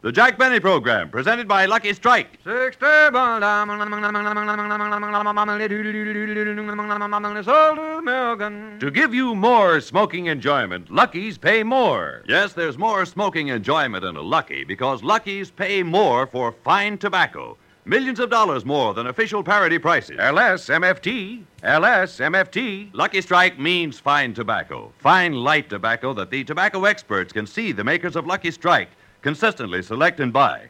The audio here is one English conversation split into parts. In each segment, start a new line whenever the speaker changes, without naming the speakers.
The Jack Benny Program, presented by Lucky Strike.
Six table diamond. Sold to the Milligan.
To give you more smoking enjoyment, Lucky's pay more. Yes, there's more smoking enjoyment in a Lucky because Lucky's pay more for fine tobacco. Millions of dollars more than official parity prices.
LS MFT. LS MFT.
Lucky Strike means fine tobacco, fine light tobacco that the tobacco experts can see the makers of Lucky Strike consistently select and buy.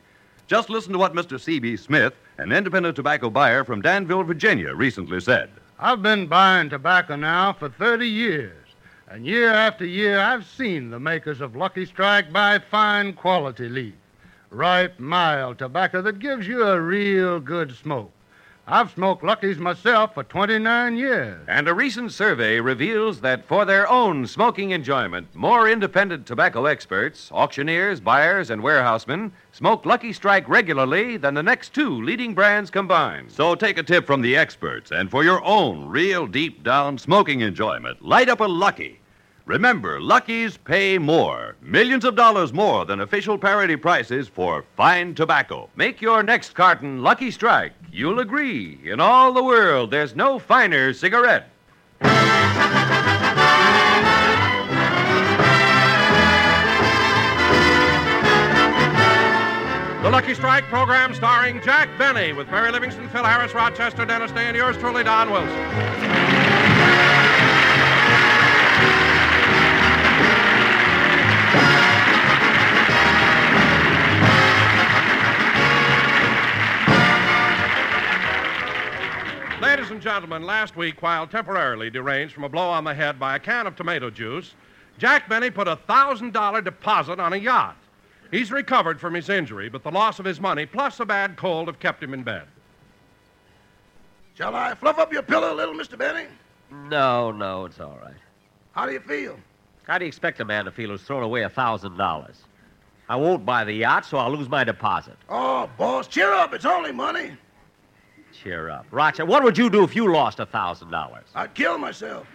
Just listen to what Mr. C.B. Smith, an independent tobacco buyer from Danville, Virginia, recently said.
I've been buying tobacco now for 30 years, and year after year I've seen the makers of Lucky Strike buy fine quality leaf, ripe, mild tobacco that gives you a real good smoke. I've smoked Luckies myself for 29 years.
And a recent survey reveals that for their own smoking enjoyment, more independent tobacco experts, auctioneers, buyers, and warehousemen smoke Lucky Strike regularly than the next two leading brands combined. So take a tip from the experts, and for your own real deep down smoking enjoyment, light up a Lucky. Remember, Luckies pay more, millions of dollars more than official parity prices for fine tobacco. Make your next carton Lucky Strike. You'll agree, in all the world, there's no finer cigarette.
The Lucky Strike program starring Jack Benny with Mary Livingston, Phil Harris, Rochester, Dennis Day, and yours truly, Don Wilson. Ladies and gentlemen, last week, while temporarily deranged from a blow on the head by a can of tomato juice, Jack Benny put a $1,000 deposit on a yacht. He's recovered from his injury, but the loss of his money plus a bad cold have kept him in bed.
Shall I fluff up your pillow a little, Mr. Benny?
No, no, it's all right.
How do you feel?
How do you expect a man to feel who's thrown away a thousand dollars? I won't buy the yacht, so I'll lose my deposit.
Oh, boss, cheer up. It's only money.
Cheer up, Rochester. What would you do if you lost a thousand dollars?
I'd kill myself.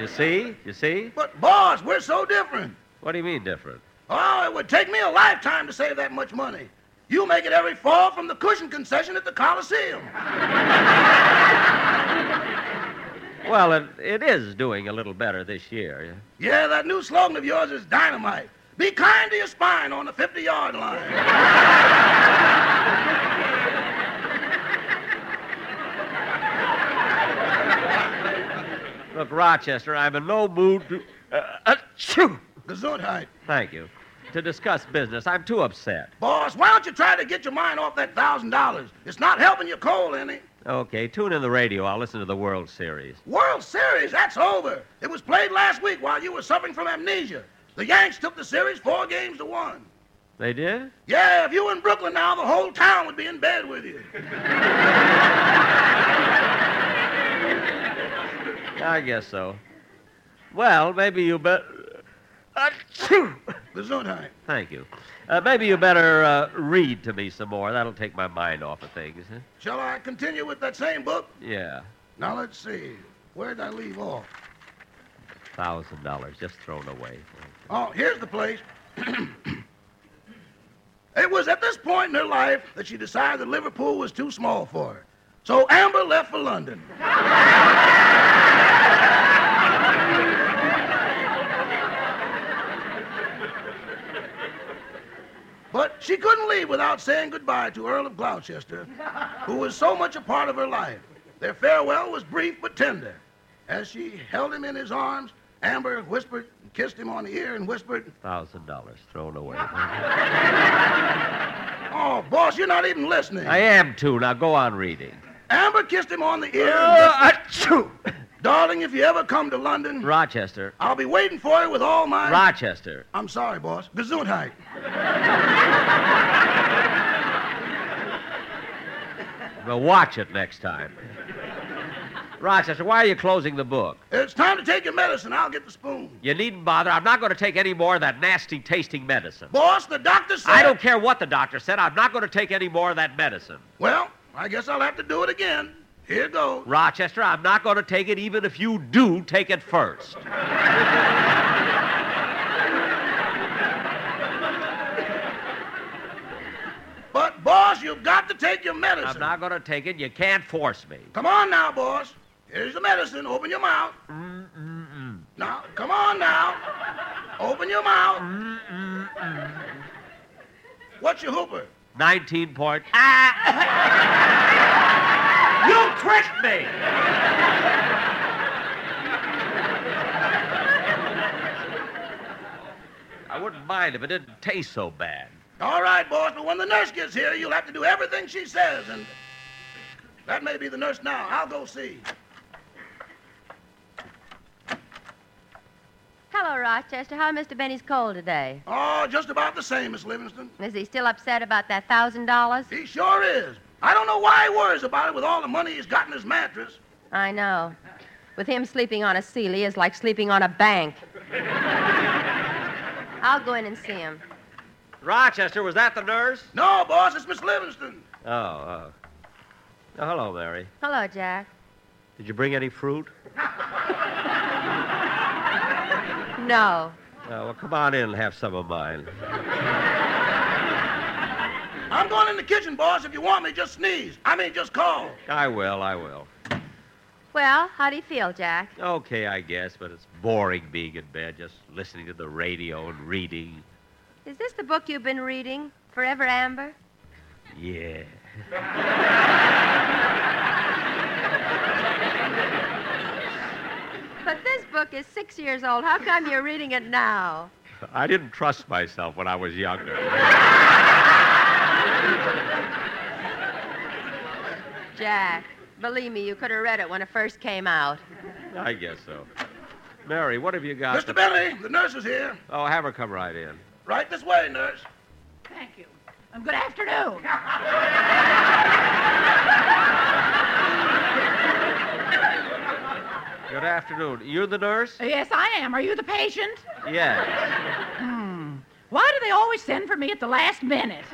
You see, you see.
But, boss, we're so different.
What do you mean different?
Oh, it would take me a lifetime to save that much money. You make it every fall from the cushion concession at the Coliseum.
Well, it, it is doing a little better this year.
Yeah, that new slogan of yours is dynamite. Be kind to your spine on the 50 yard line.
Look, Rochester, I'm in no mood to. Uh, achoo!
Gesundheit.
Thank you. To discuss business, I'm too upset.
Boss, why don't you try to get your mind off that $1,000? It's not helping your cold any.
Okay, tune in the radio. I'll listen to the World Series.
World Series, that's over. It was played last week while you were suffering from amnesia. The Yanks took the series four games to one.
They did?
Yeah, if you were in Brooklyn now, the whole town would be in bed with you.
I guess so. Well, maybe you bet. Achoo!
Gesundheit.
Thank you. Uh, maybe you better uh, read to me some more. That'll take my mind off of things. huh?
Shall I continue with that same book?
Yeah,
Now, let's see. Where did I leave off?
thousand dollars just thrown away.
Oh, here's the place. it was at this point in her life that she decided that Liverpool was too small for her. So Amber left for London. but she couldn't leave without saying goodbye to Earl of Gloucester, who was so much a part of her life. Their farewell was brief but tender. As she held him in his arms, Amber whispered, kissed him on the ear, and whispered,
Thousand dollars thrown away.
Oh, boss, you're not even listening.
I am too. Now go on reading.
Amber kissed him on the ear. and whispered,
Uh, achoo!
Darling, if you ever come to London,
Rochester,
I'll be waiting for you with all my.
Rochester.
I'm sorry, boss. Gesundheit.
Well, watch it next time. Rochester, why are you closing the book?
It's time to take your medicine. I'll get the spoon.
You needn't bother. I'm not going to take any more of that nasty tasting medicine.
Boss, the doctor said.
I don't care what the doctor said. I'm not going to take any more of that medicine.
Well, I guess I'll have to do it again. Here goes.
Rochester, I'm not going to take it even if you do take it first.
got to take your medicine.
I'm not going to take it. You can't force me.
Come on now, boss. Here's the medicine. Open your mouth. Now, come on now. Open your mouth. What's your hooper?
19 point. Ah! you tricked me! I wouldn't mind if it didn't taste so bad.
All right, boss, but when the nurse gets here, you'll have to do everything she says, and that may be the nurse now. I'll go see.
Hello, Rochester. How are Mr. Benny's cold today?
Oh, just about the same, Miss Livingston.
Is he still upset about that thousand dollars?
He sure is. I don't know why he worries about it with all the money he's got in his mattress.
I know. With him sleeping on a Sealy is like sleeping on a bank. I'll go in and see him.
Rochester, was that the nurse?
No, boss, it's Miss Livingston.
Oh, uh, oh, hello, Mary.
Hello, Jack.
Did you bring any fruit? Uh,
No.
well, come on in and have some of mine.
I'm going in the kitchen, boss. If you want me, just sneeze. I mean, just call.
I will, I will.
Well, how do you feel, Jack?
Okay, I guess, but it's boring being in bed, just listening to the radio and reading.
Is this the book you've been reading, Forever Amber?
Yeah.
But this book is six years old. How come you're reading it now?
I didn't trust myself when I was younger.
Jack, believe me, you could have read it when it first came out.
I guess so. Mary, what have you got?
Mr. Benny, the nurse is here.
Oh, have her come right in.
Right this way, nurse.
Thank you. Um, good afternoon.
Good afternoon. You the nurse?
Yes, I am. Are you the patient? Hmm.
Yes.
Why do they always send for me at the last minute?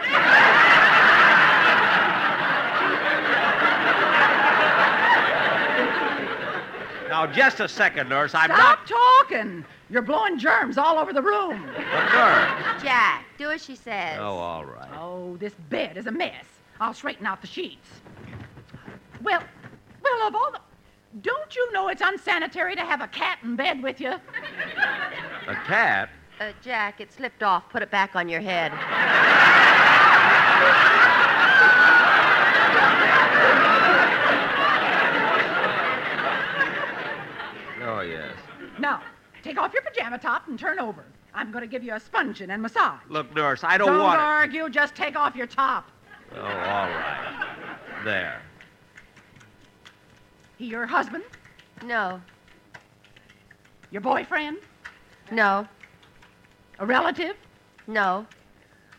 Now, just a second, nurse. I'm
Stop talking. You're blowing germs all over the room.
not the nurse.
Jack, do as she says.
Oh, all right.
Oh, this bed is a mess. I'll straighten out the sheets. Well, well, of all the. Don't you know it's unsanitary to have a cat in bed with you?
A cat?
Uh, Jack, it slipped off. Put it back on your head.
Oh, yes.
Now, take off your pajama top and turn over. I'm going to give you a sponging and massage.
Look, nurse, I don't,
Don't
want
argue, just take off your top.
it. Oh, all right. There.
He your husband?
No,
Your boyfriend?
no,
A relative?
no.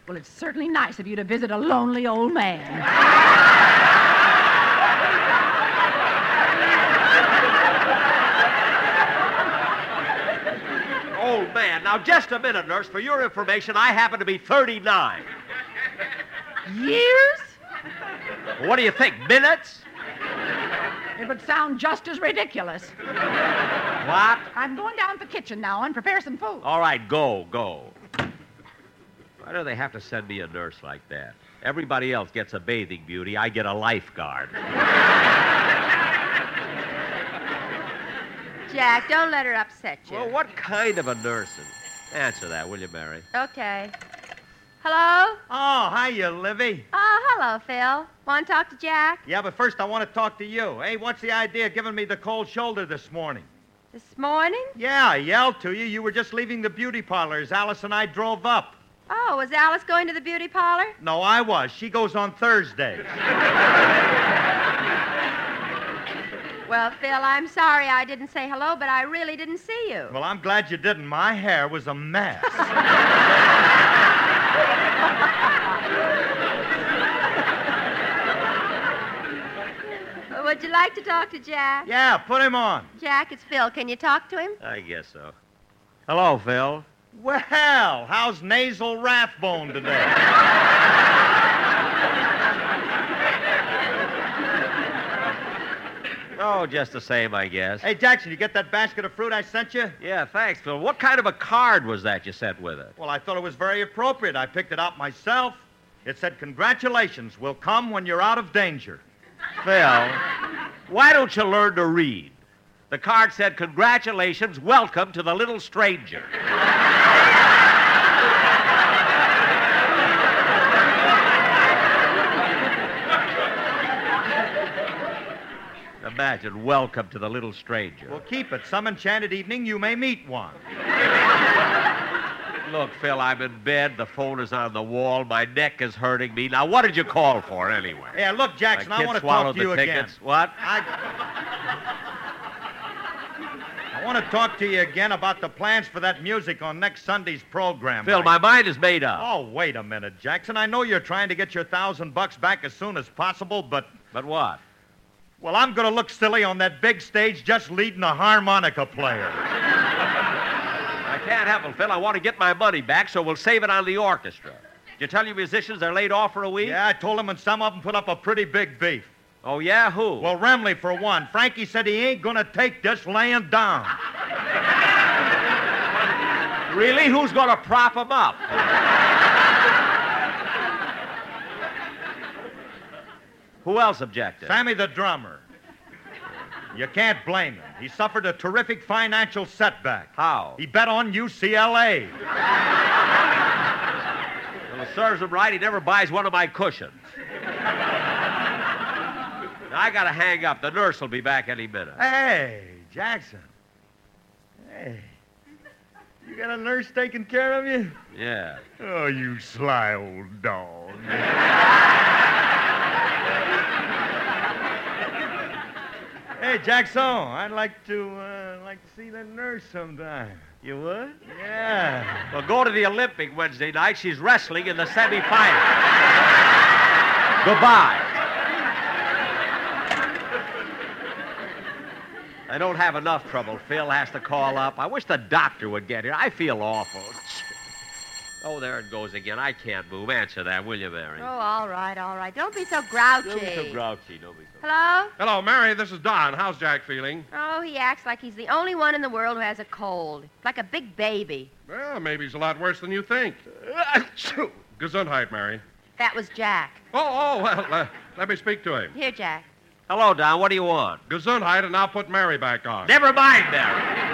Well, it's certainly nice of you to visit a lonely old man.
Old Oh, man. Now, just a minute, nurse. For your information, I happen to be 39.
Years?
What do you think? Minutes?
It would sound just as ridiculous.
What?
I'm going down to the kitchen now and prepare some food.
All right, go, go. Why do they have to send me a nurse like that? Everybody else gets a bathing beauty. I get a lifeguard.
Jack, don't let her upset you.
Well, what kind of a nurse? is- Answer that, will you, Mary?
Okay. Hello?
Oh, hiya, Livy.
Oh, hello, Phil. Want to talk to Jack?
Yeah, but first I want to talk to you. Hey, what's the idea of giving me the cold shoulder this morning?
This morning?
Yeah, I yelled to you. You were just leaving the beauty parlor as Alice and I drove up.
Oh, was Alice going to the beauty parlor?
No, I was. She goes on Thursday.
Well, Phil, I'm sorry I didn't say hello, but I really didn't see you.
Well, I'm glad you didn't. My hair was a mess.
Uh, Would you like to talk to Jack?
yeah, put him on.
Jack, it's Phil. Can you talk to him?
I guess so. Hello, Phil.
Well, how's nasal rathbone today?
Oh, just the same, I guess.
hey, Jackson, you get that basket of fruit I sent you?
Yeah, thanks, Phil. What kind of a card was that you sent with it?
Well, I thought it was very appropriate. I picked it out myself. It said, Congratulations will come when you're out of danger.
Phil, why don't you learn to read? The card said, Congratulations, welcome to the little stranger. Imagine, welcome to the little stranger.
Well, keep it. Some enchanted evening you may meet one.
Look, Phil, I'm in bed. The phone is on the wall. My neck is hurting me. Now, what did you call for anyway?
Yeah, look, Jackson,
My
I
kid
want to talk
swallowed
to you
the
again.
tickets. What?
I want to talk to you again about the plans for that music on next Sunday's program.
Phil,
Mike.
my mind is made up.
Oh, wait a minute, Jackson. I know you're trying to get your thousand bucks back as soon as possible, but.
But what?
Well, I'm going to look silly on that big stage just leading a harmonica player.
I can't help it, Phil. I want to get my money back, so we'll save it on the orchestra. Did you tell your musicians they're laid off for a week?
Yeah, I told them, and some of them put up a pretty big beef.
Oh, yeah? Who?
Well, Remley, for one. Frankie said he ain't going to take this laying down.
really? Who's going to prop them up? Who else objected?
Sammy the drummer. You can't blame him. He suffered a terrific financial setback.
How?
He bet on UCLA.
Well, it serves him right. He never buys one of my cushions. now, I got to hang up. The nurse will be back any minute.
Hey, Jackson. Hey. You got a nurse taking care of you?
Yeah.
Oh, you sly old dog. hey, Jackson, I'd like to uh, like to see that nurse sometime.
You would?
Yeah.
Well, go to the Olympic Wednesday night. She's wrestling in the semifinal. Goodbye. I don't have enough trouble. Phil has to call up. I wish the doctor would get here. I feel awful. Oh, there it goes again. I can't move. Answer that, will you, Mary?
Oh, all right, all right. Don't be so grouchy.
Don't be so grouchy. Don't be so.
Hello?
Hello, Mary. This is Don. How's Jack feeling?
Oh, he acts like he's the only one in the world who has a cold. Like a big baby.
Well, maybe he's a lot worse than you think. Gesundheit, Mary.
That was Jack.
Oh, oh, well, uh, let me speak to him.
Here, Jack.
Hello, Don. What do you want?
Gesundheit, and I'll put Mary back on.
Never mind, Mary.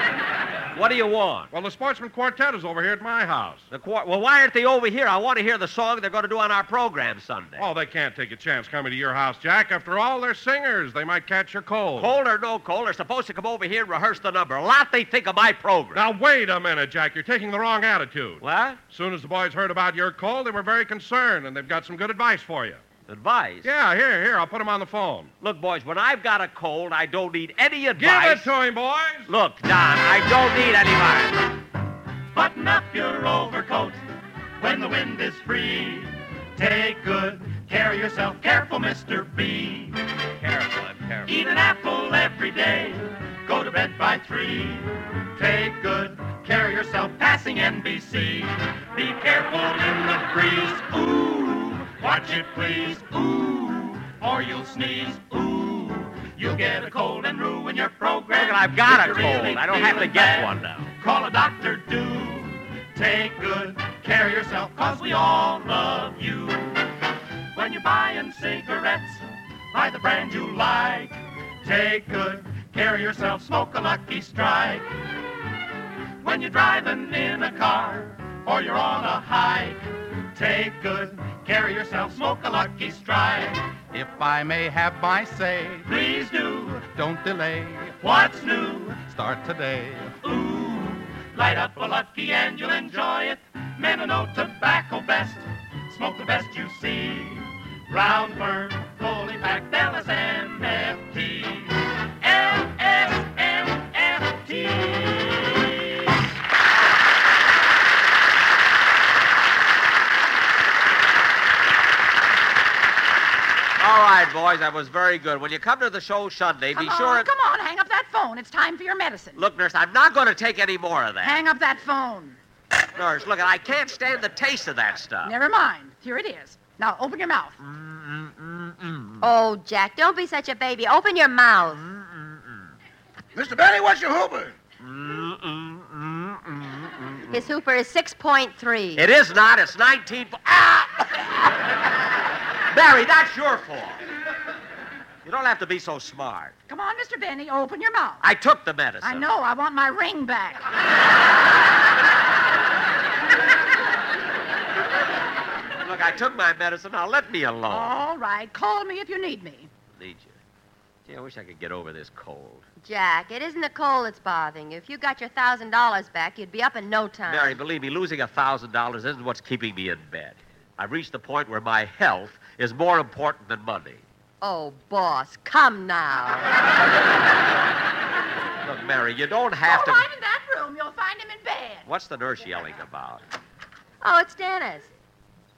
What do you want?
Well, the Sportsman Quartet is over here at my house.
The quar- well, why aren't they over here? I want to hear the song they're going to do on our program Sunday.
Oh, they can't take a chance coming to your house, Jack. After all, they're singers. They might catch your cold.
Cold or no cold, they're supposed to come over here and rehearse the number. A lot they think of my program.
Now, wait a minute, Jack. You're taking the wrong attitude.
What?
As soon as the boys heard about your cold, they were very concerned, and they've got some good advice for you.
Advice?
Yeah, here, here. I'll put them on the phone.
Look, boys, when I've got a cold, I don't need any
Give
advice.
it to him, boys.
Look, Don, I don't need any advice.
Button up your overcoat when the wind is free. Take good care of yourself, careful, Mr. B.
Careful, I'm careful.
Eat an apple every day. Go to bed by three. Take good care of yourself, passing NBC. Be careful in the breeze. Ooh, watch it please. Ooh, or you'll sneeze. Ooh, you'll get a cold and ruin your program.
Look, I've got a
If you're really
cold. I don't have to
feeling
get
bad,
one now.
Call a doctor, do. Take good care of yourself, cause we all love you. When you're buying cigarettes, buy the brand you like. Take good care of yourself, smoke a lucky strike. When you're driving in a car or you're on a hike, take good care of yourself, smoke a lucky strike.
If I may have my say,
Please do
don't delay.
what's new.
Start today.
Ooh, light up a lucky and you'll enjoy it. Men are no tobacco best. Smoke the best you see. Round firm, fully packed, LSMFT. LSMFT.
All right, boys, that was very good. When you come to the show Sunday,
Come
be
on,
sure.
come on, hang up that phone. It's time for your medicine.
Look, nurse, I'm not going to take any more of that.
Hang up that phone.
Nurse, look, I can't stand the taste of that stuff.
Never mind. Here it is. Now open your mouth.
Oh, Jack, don't be such a baby. Open your mouth.
Mr. Benny, what's your Hooper?
His hooper is 6.3.
It is not. It's 19. po- Ah! Barry, that's your fault. You don't have to be so smart.
Come on, Mr. Benny, open your mouth.
I took the medicine.
I know. I want my ring back.
Look, I took my medicine. Now let me alone.
All right. Call me if you need me.
Need you. Gee, I wish I could get over this cold.
Jack, it isn't the cold that's bothering you. If you got your thousand dollars back, you'd be up in no
Ah.
time.
Mary, believe me, losing a thousand dollars isn't what's keeping me in bed. I've reached the point where my health is more important than money.
Oh, boss, come now.
Look, Mary, you don't have
Go
Oh,
to.
right in that room. You'll find him in bed.
What's the nurse yelling about?
oh, it's Dennis.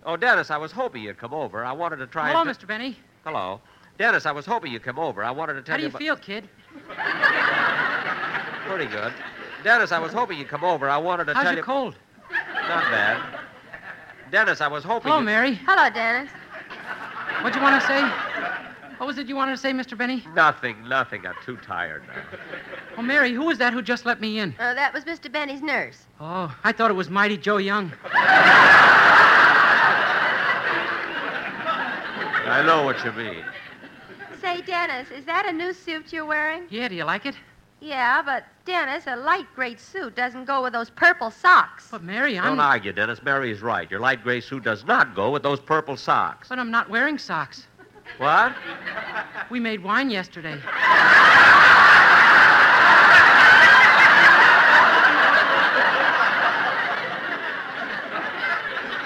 Oh, Dennis, I was hoping you'd come over. I wanted to try.
Hello,
and...
Mr. Benny.
Hello, Dennis. I was hoping you'd come over. I wanted to tell
How do you
about-
feel, kid?
Pretty good. Dennis, I was hoping you'd come over. I wanted to
How's
tell
your
you.
cold?
Not bad. Dennis, I was hoping.
Hello,
you'd-
Mary.
Hello, Dennis.
What'd you want to say? What was it you wanted to say, Mr. Benny?
Nothing, nothing. I'm too tired now.
Oh, Mary, who was that who just let me in?
Uh, that was Mr. Benny's nurse.
Oh, I thought it was Mighty Joe Young.
I know what you mean.
Say, Dennis, is that a new suit you're wearing?
Yeah, do you like it?
Yeah, but Dennis, a light gray suit doesn't go with those purple socks.
But Mary,
Don't argue, Dennis. Mary is right. Your light gray suit does not go with those purple socks.
But I'm not wearing socks.
What?
We made wine yesterday.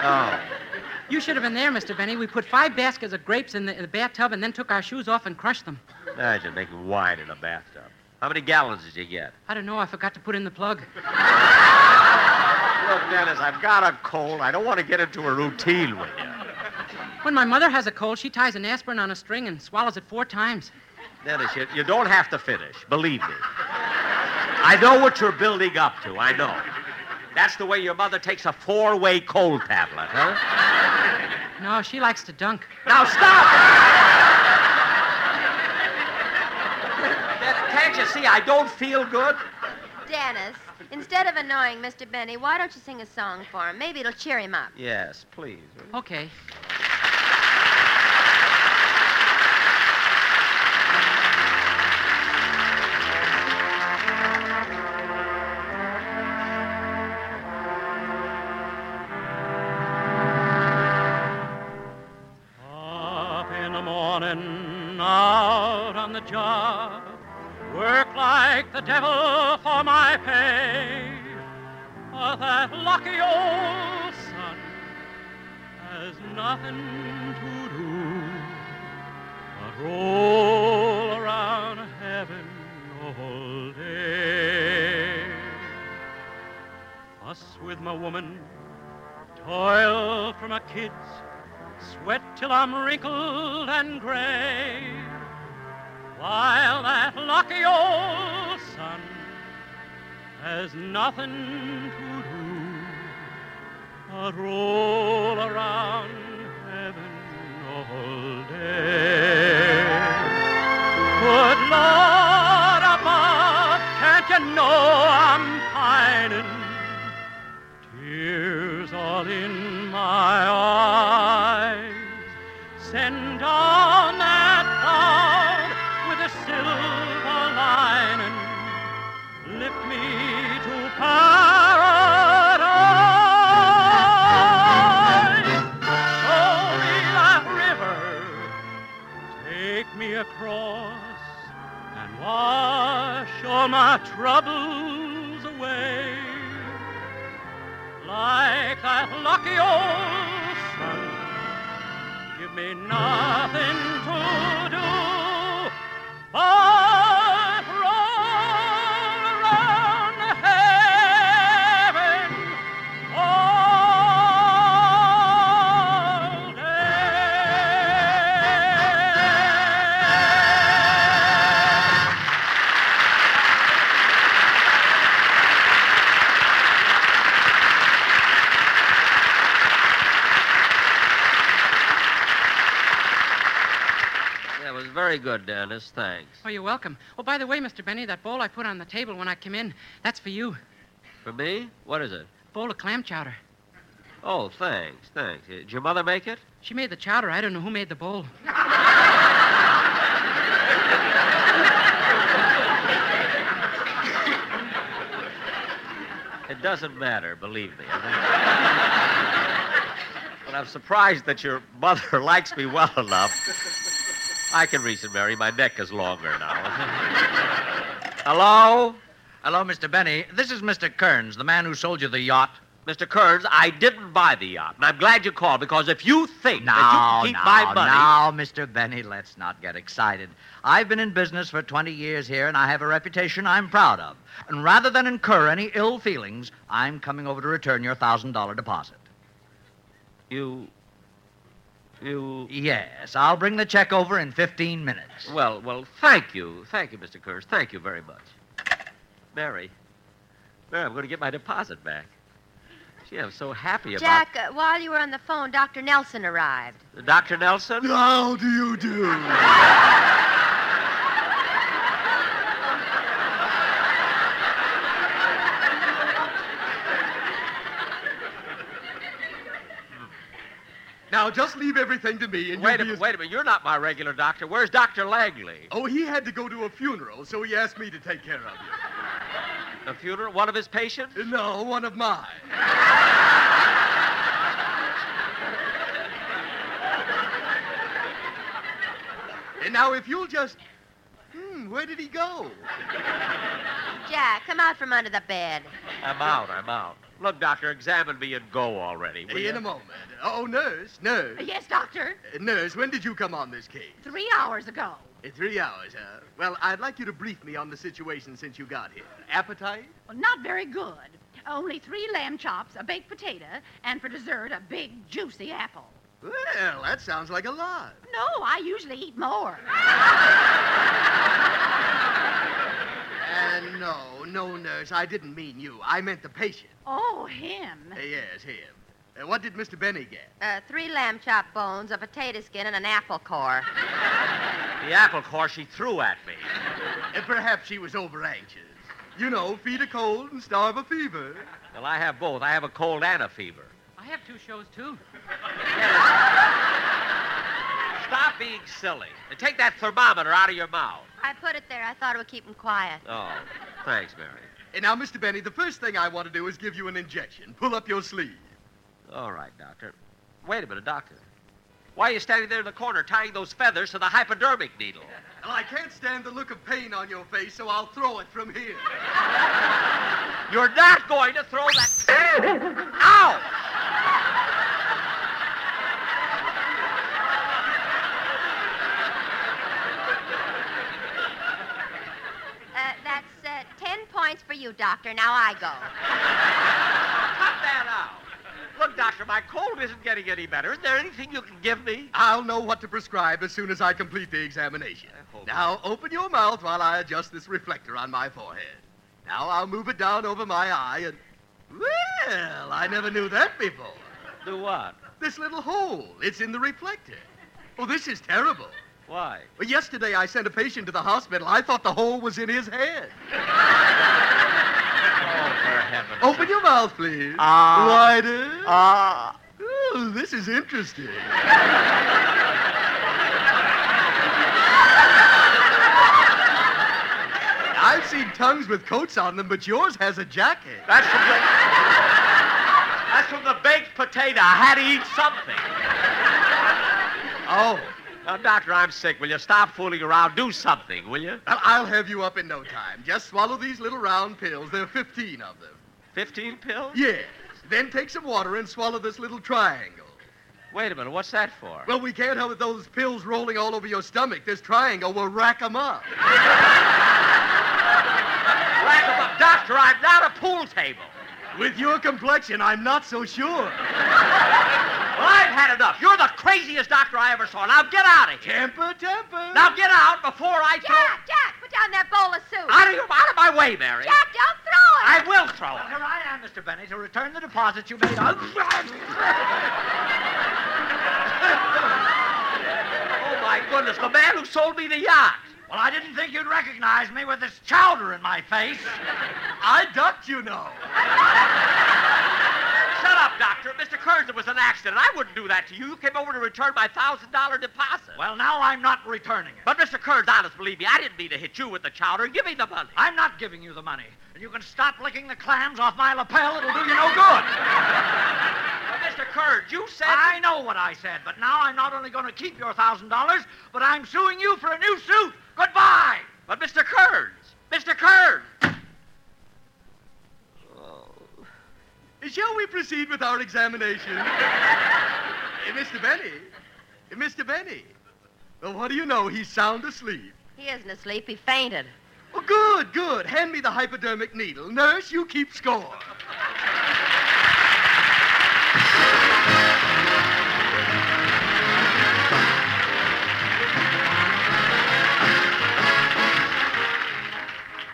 Oh.
You should have been there, Mr. Benny. We put five baskets of grapes in the, in the bathtub and then took our shoes off and crushed them.
Imagine making wine in a bathtub. How many gallons did you get?
I don't know. I forgot to put in the plug.
Look, Dennis, I've got a cold. I don't want to get into a routine with you.
When my mother has a cold, she ties an aspirin on a string and swallows it four times.
Dennis, you, you don't have to finish. Believe me. I know what you're building up to. I know. That's the way your mother takes a four way cold tablet, huh?
No, she likes to dunk.
Now stop! Dennis, can't you see I don't feel good?
Dennis, instead of annoying Mr. Benny, why don't you sing a song for him? Maybe it'll cheer him up.
Yes, please.
Okay.
Up in the morning, out on the job, work like the devil for my pay. But that lucky old son has nothing to do but roll around heaven all day. Fuss with my woman, toil for my kids, sweat till I'm wrinkled and gray, while that lucky old son has nothing to do but roll around heaven all day. Good Lord above, can't you know I'm pining? Tears all in my eyes. Send down that cloud with a silver lining. Lift me to paradise. Show me that river. Take me across and wash all my troubles away. Like that lucky old sun, give me nothing to do but roll around heaven all
That was very good, Dennis. Thanks.
Oh, you're welcome. Oh, by the way, Mr. Benny, that bowl I put on the table when I came in, that's for you.
For me? What is it?
Bowl of clam chowder.
Oh, thanks, thanks. Uh, Did your mother make it?
She made the chowder. I don't know who made the bowl.
It doesn't matter, believe me. but I'm surprised that your mother likes me well enough. I can reason, Mary. My neck is longer now. Hello?
Hello, Mr. Benny. This is Mr. Kearns, the man who sold you the yacht.
Mr. Kearns, I didn't buy the yacht, and I'm glad you called because if you think that you
no,
can keep my money.
no, Mr. Benny, let's not get excited. I've been in business for 20 years here, and I have a reputation I'm proud of. And rather than incur any ill feelings, I'm coming over to return your $1,000 deposit.
You. You.
Yes, I'll bring the check over in 15 minutes.
Well, well, thank you. Thank you, Mr. Kearns. Thank you very much. Mary. Mary, I'm going to get my deposit back. Gee, I'm so happy about
Jack, uh, while you were on the phone, Dr. Nelson arrived.
Dr. Nelson?
How do you do? now, just leave everything to me and
Wait a
you'll be
minute,
as-
wait a minute. You're not my regular doctor. Where's Dr. Langley?
Oh, he had to go to a funeral, so he asked me to take care of you.
A funeral? One of his patients?
No, one of mine. and now, if you'll just. Hmm, where did he go?
Jack, come out from under the bed.
I'm out, I'm out. Look, doctor, examine me and go already. will
In
you?
a moment. Oh, nurse, nurse.
Yes, doctor.
Uh, Nurse, when did you come on this case?
Three hours ago.
Uh, Three hours, huh? Well, I'd like you to brief me on the situation since you got here. Appetite?
Well, not very good. Only three lamb chops, a baked potato, and for dessert, a big, juicy apple.
Well, that sounds like a lot.
No, I usually eat more.
And no, no, nurse, I didn't mean you. I meant the patient.
Oh, him.
Uh, yes, him. Uh, what did Mr. Benny get?
Uh, three lamb chop bones, a potato skin, and an apple core.
The apple core she threw at me.
Uh, perhaps she was over anxious. You know, feed a cold and starve a fever.
Well, I have both. I have a cold and a fever.
I have two shows, too.
Stop being silly. And take that thermometer out of your mouth.
I put it there. I thought it would keep them quiet.
Oh, thanks, Mary.
And now, Mr. Benny, the first thing I want to do is give you an injection. Pull up your sleeve.
All right, doctor. Wait a minute, doctor. Why are you standing there in the corner tying those feathers to the hypodermic needle?
Well, I can't stand the look of pain on your face, so I'll throw it from here.
You're not going to throw that. Ow!
Uh, that's uh, ten points for you, Doctor. Now I go.
Cut that out. Look, doctor, my cold isn't getting any better. Isn't there anything you can give me?
I'll know what to prescribe as soon as I complete the examination.
Uh,
Now, open your mouth while I adjust this reflector on my forehead. Now, I'll move it down over my eye and. Well, I never knew that before.
Do what?
This little hole. It's in the reflector. Oh, this is terrible.
Why?
Well, yesterday I sent a patient to the hospital. I thought the hole was in his head. Open your mouth, please.
Ah.
Wider.
Ah.
Ooh, this is interesting. I've seen tongues with coats on them, but yours has a jacket.
That's from the, that's from the baked potato. I had to eat something.
Oh.
Now, doctor, I'm sick. Will you stop fooling around? Do something, will you?
Well, I'll have you up in no time. Just swallow these little round pills. There are 15 of them.
Fifteen pills?
Yes. Then take some water and swallow this little triangle.
Wait a minute. What's that for?
Well, we can't help it. Those pills rolling all over your stomach. This triangle will rack 'em up.
Rack 'em up. Doctor, I'm not a pool table.
With your complexion, I'm not so sure.
Well, I've had enough. You're the craziest doctor I ever saw. Now get out of here.
Temper, temper.
Now get out before I throw...
Jack, Jack, put down that bowl of soup.
Out of, your, out of my way, Mary.
Jack, don't throw it.
I will throw
Well,
it.
here I am, Mr. Benny, to return the deposit you made on.
Oh, my goodness. The man who sold me the yacht.
Well, I didn't think you'd recognize me with this chowder in my face.
I ducked, you know.
Shut up, doctor.
Doctor, Mr. Kearns, it was an accident. I wouldn't do that to you. You came over to return my $1,000 deposit.
Well, now I'm not returning it.
But, Mr. Kearns, honest, believe me, I didn't mean to hit you with the chowder. Give me the money.
I'm not giving you the money. And you can stop licking the clams off my lapel. It'll do you no good.
Well, Mr. Kearns, you said.
I know what I said, but now I'm not only going to keep your $1,000, but I'm suing you for a new suit. Goodbye.
But, Mr. Kearns, Mr. Kearns.
Shall we proceed with our examination? hey, Mr. Benny. Hey, Mr. Benny. Well, what do you know? He's sound asleep.
He isn't asleep. He fainted.
Well, good, good. Hand me the hypodermic needle. Nurse, you keep score.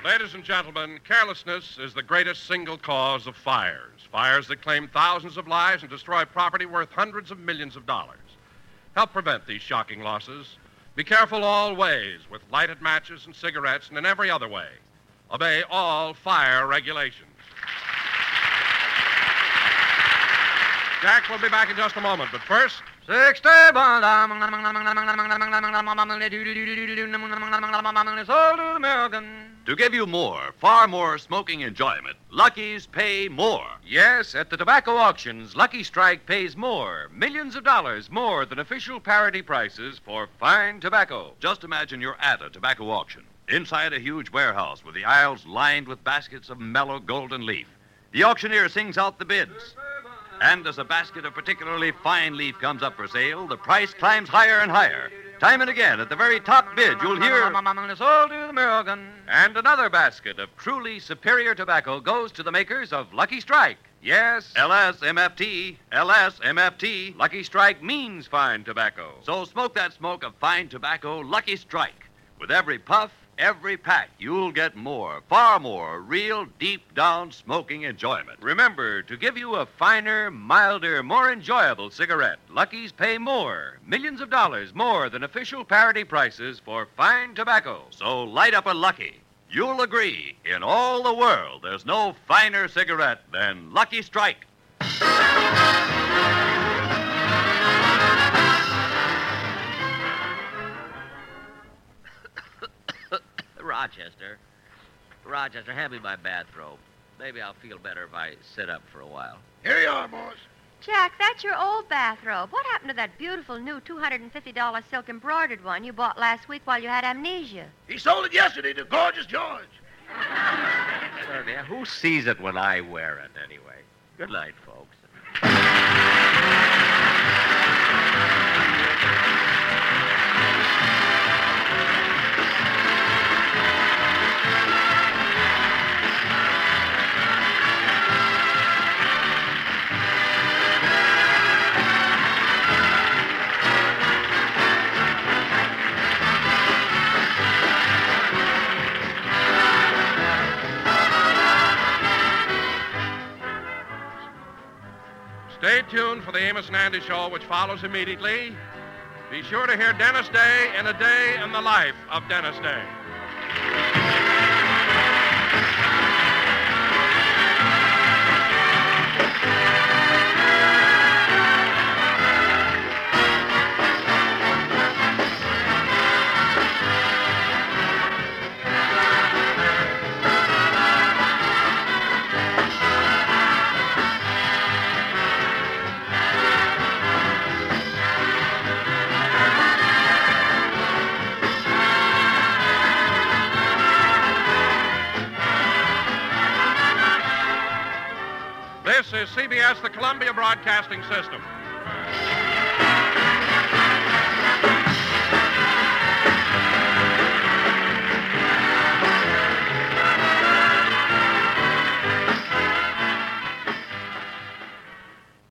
Ladies and gentlemen, carelessness is the greatest single cause of fires. Fires that claim thousands of lives and destroy property worth hundreds of millions of dollars. Help prevent these shocking losses. Be careful always with lighted matches and cigarettes and in every other way. Obey all fire regulations. Jack will be back in just a moment, but first.
Six tables. Sold to the American.
To give you more, far more smoking enjoyment, Lucky's pay more. Yes, at the tobacco auctions, Lucky Strike pays more, millions of dollars more than official parity prices for fine tobacco. Just imagine you're at a tobacco auction, inside a huge warehouse with the aisles lined with baskets of mellow golden leaf. The auctioneer sings out the bids. And as a basket of particularly fine leaf comes up for sale, the price climbs higher and higher. Time and again, at the very top bid, you'll hear. And another basket of truly superior tobacco goes to the makers of Lucky Strike. Yes, LSMFT, LSMFT. Lucky Strike means fine tobacco. So smoke that smoke of fine tobacco, Lucky Strike. With every puff, every pack, you'll get more, far more real deep down smoking enjoyment. Remember to give you a finer, milder, more enjoyable cigarette. Lucky's pay more, millions of dollars more than official parity prices for fine tobacco. So light up a Lucky. You'll agree, in all the world, there's no finer cigarette than Lucky Strike.
Rochester. Rochester, hand me my bathrobe. Maybe I'll feel better if I sit up for a while.
Here you are, boss.
Jack, that's your old bathrobe. What happened to that beautiful new $250 silk embroidered one you bought last week while you had amnesia?
He sold it yesterday to Gorgeous George.
Certainly. Who sees it when I wear it, anyway? Good night, folks.
Stay tuned for the Amos and Andy show, which follows immediately. Be sure to hear Dennis Day in A Day in the Life of Dennis Day. This is CBS, the Columbia Broadcasting System.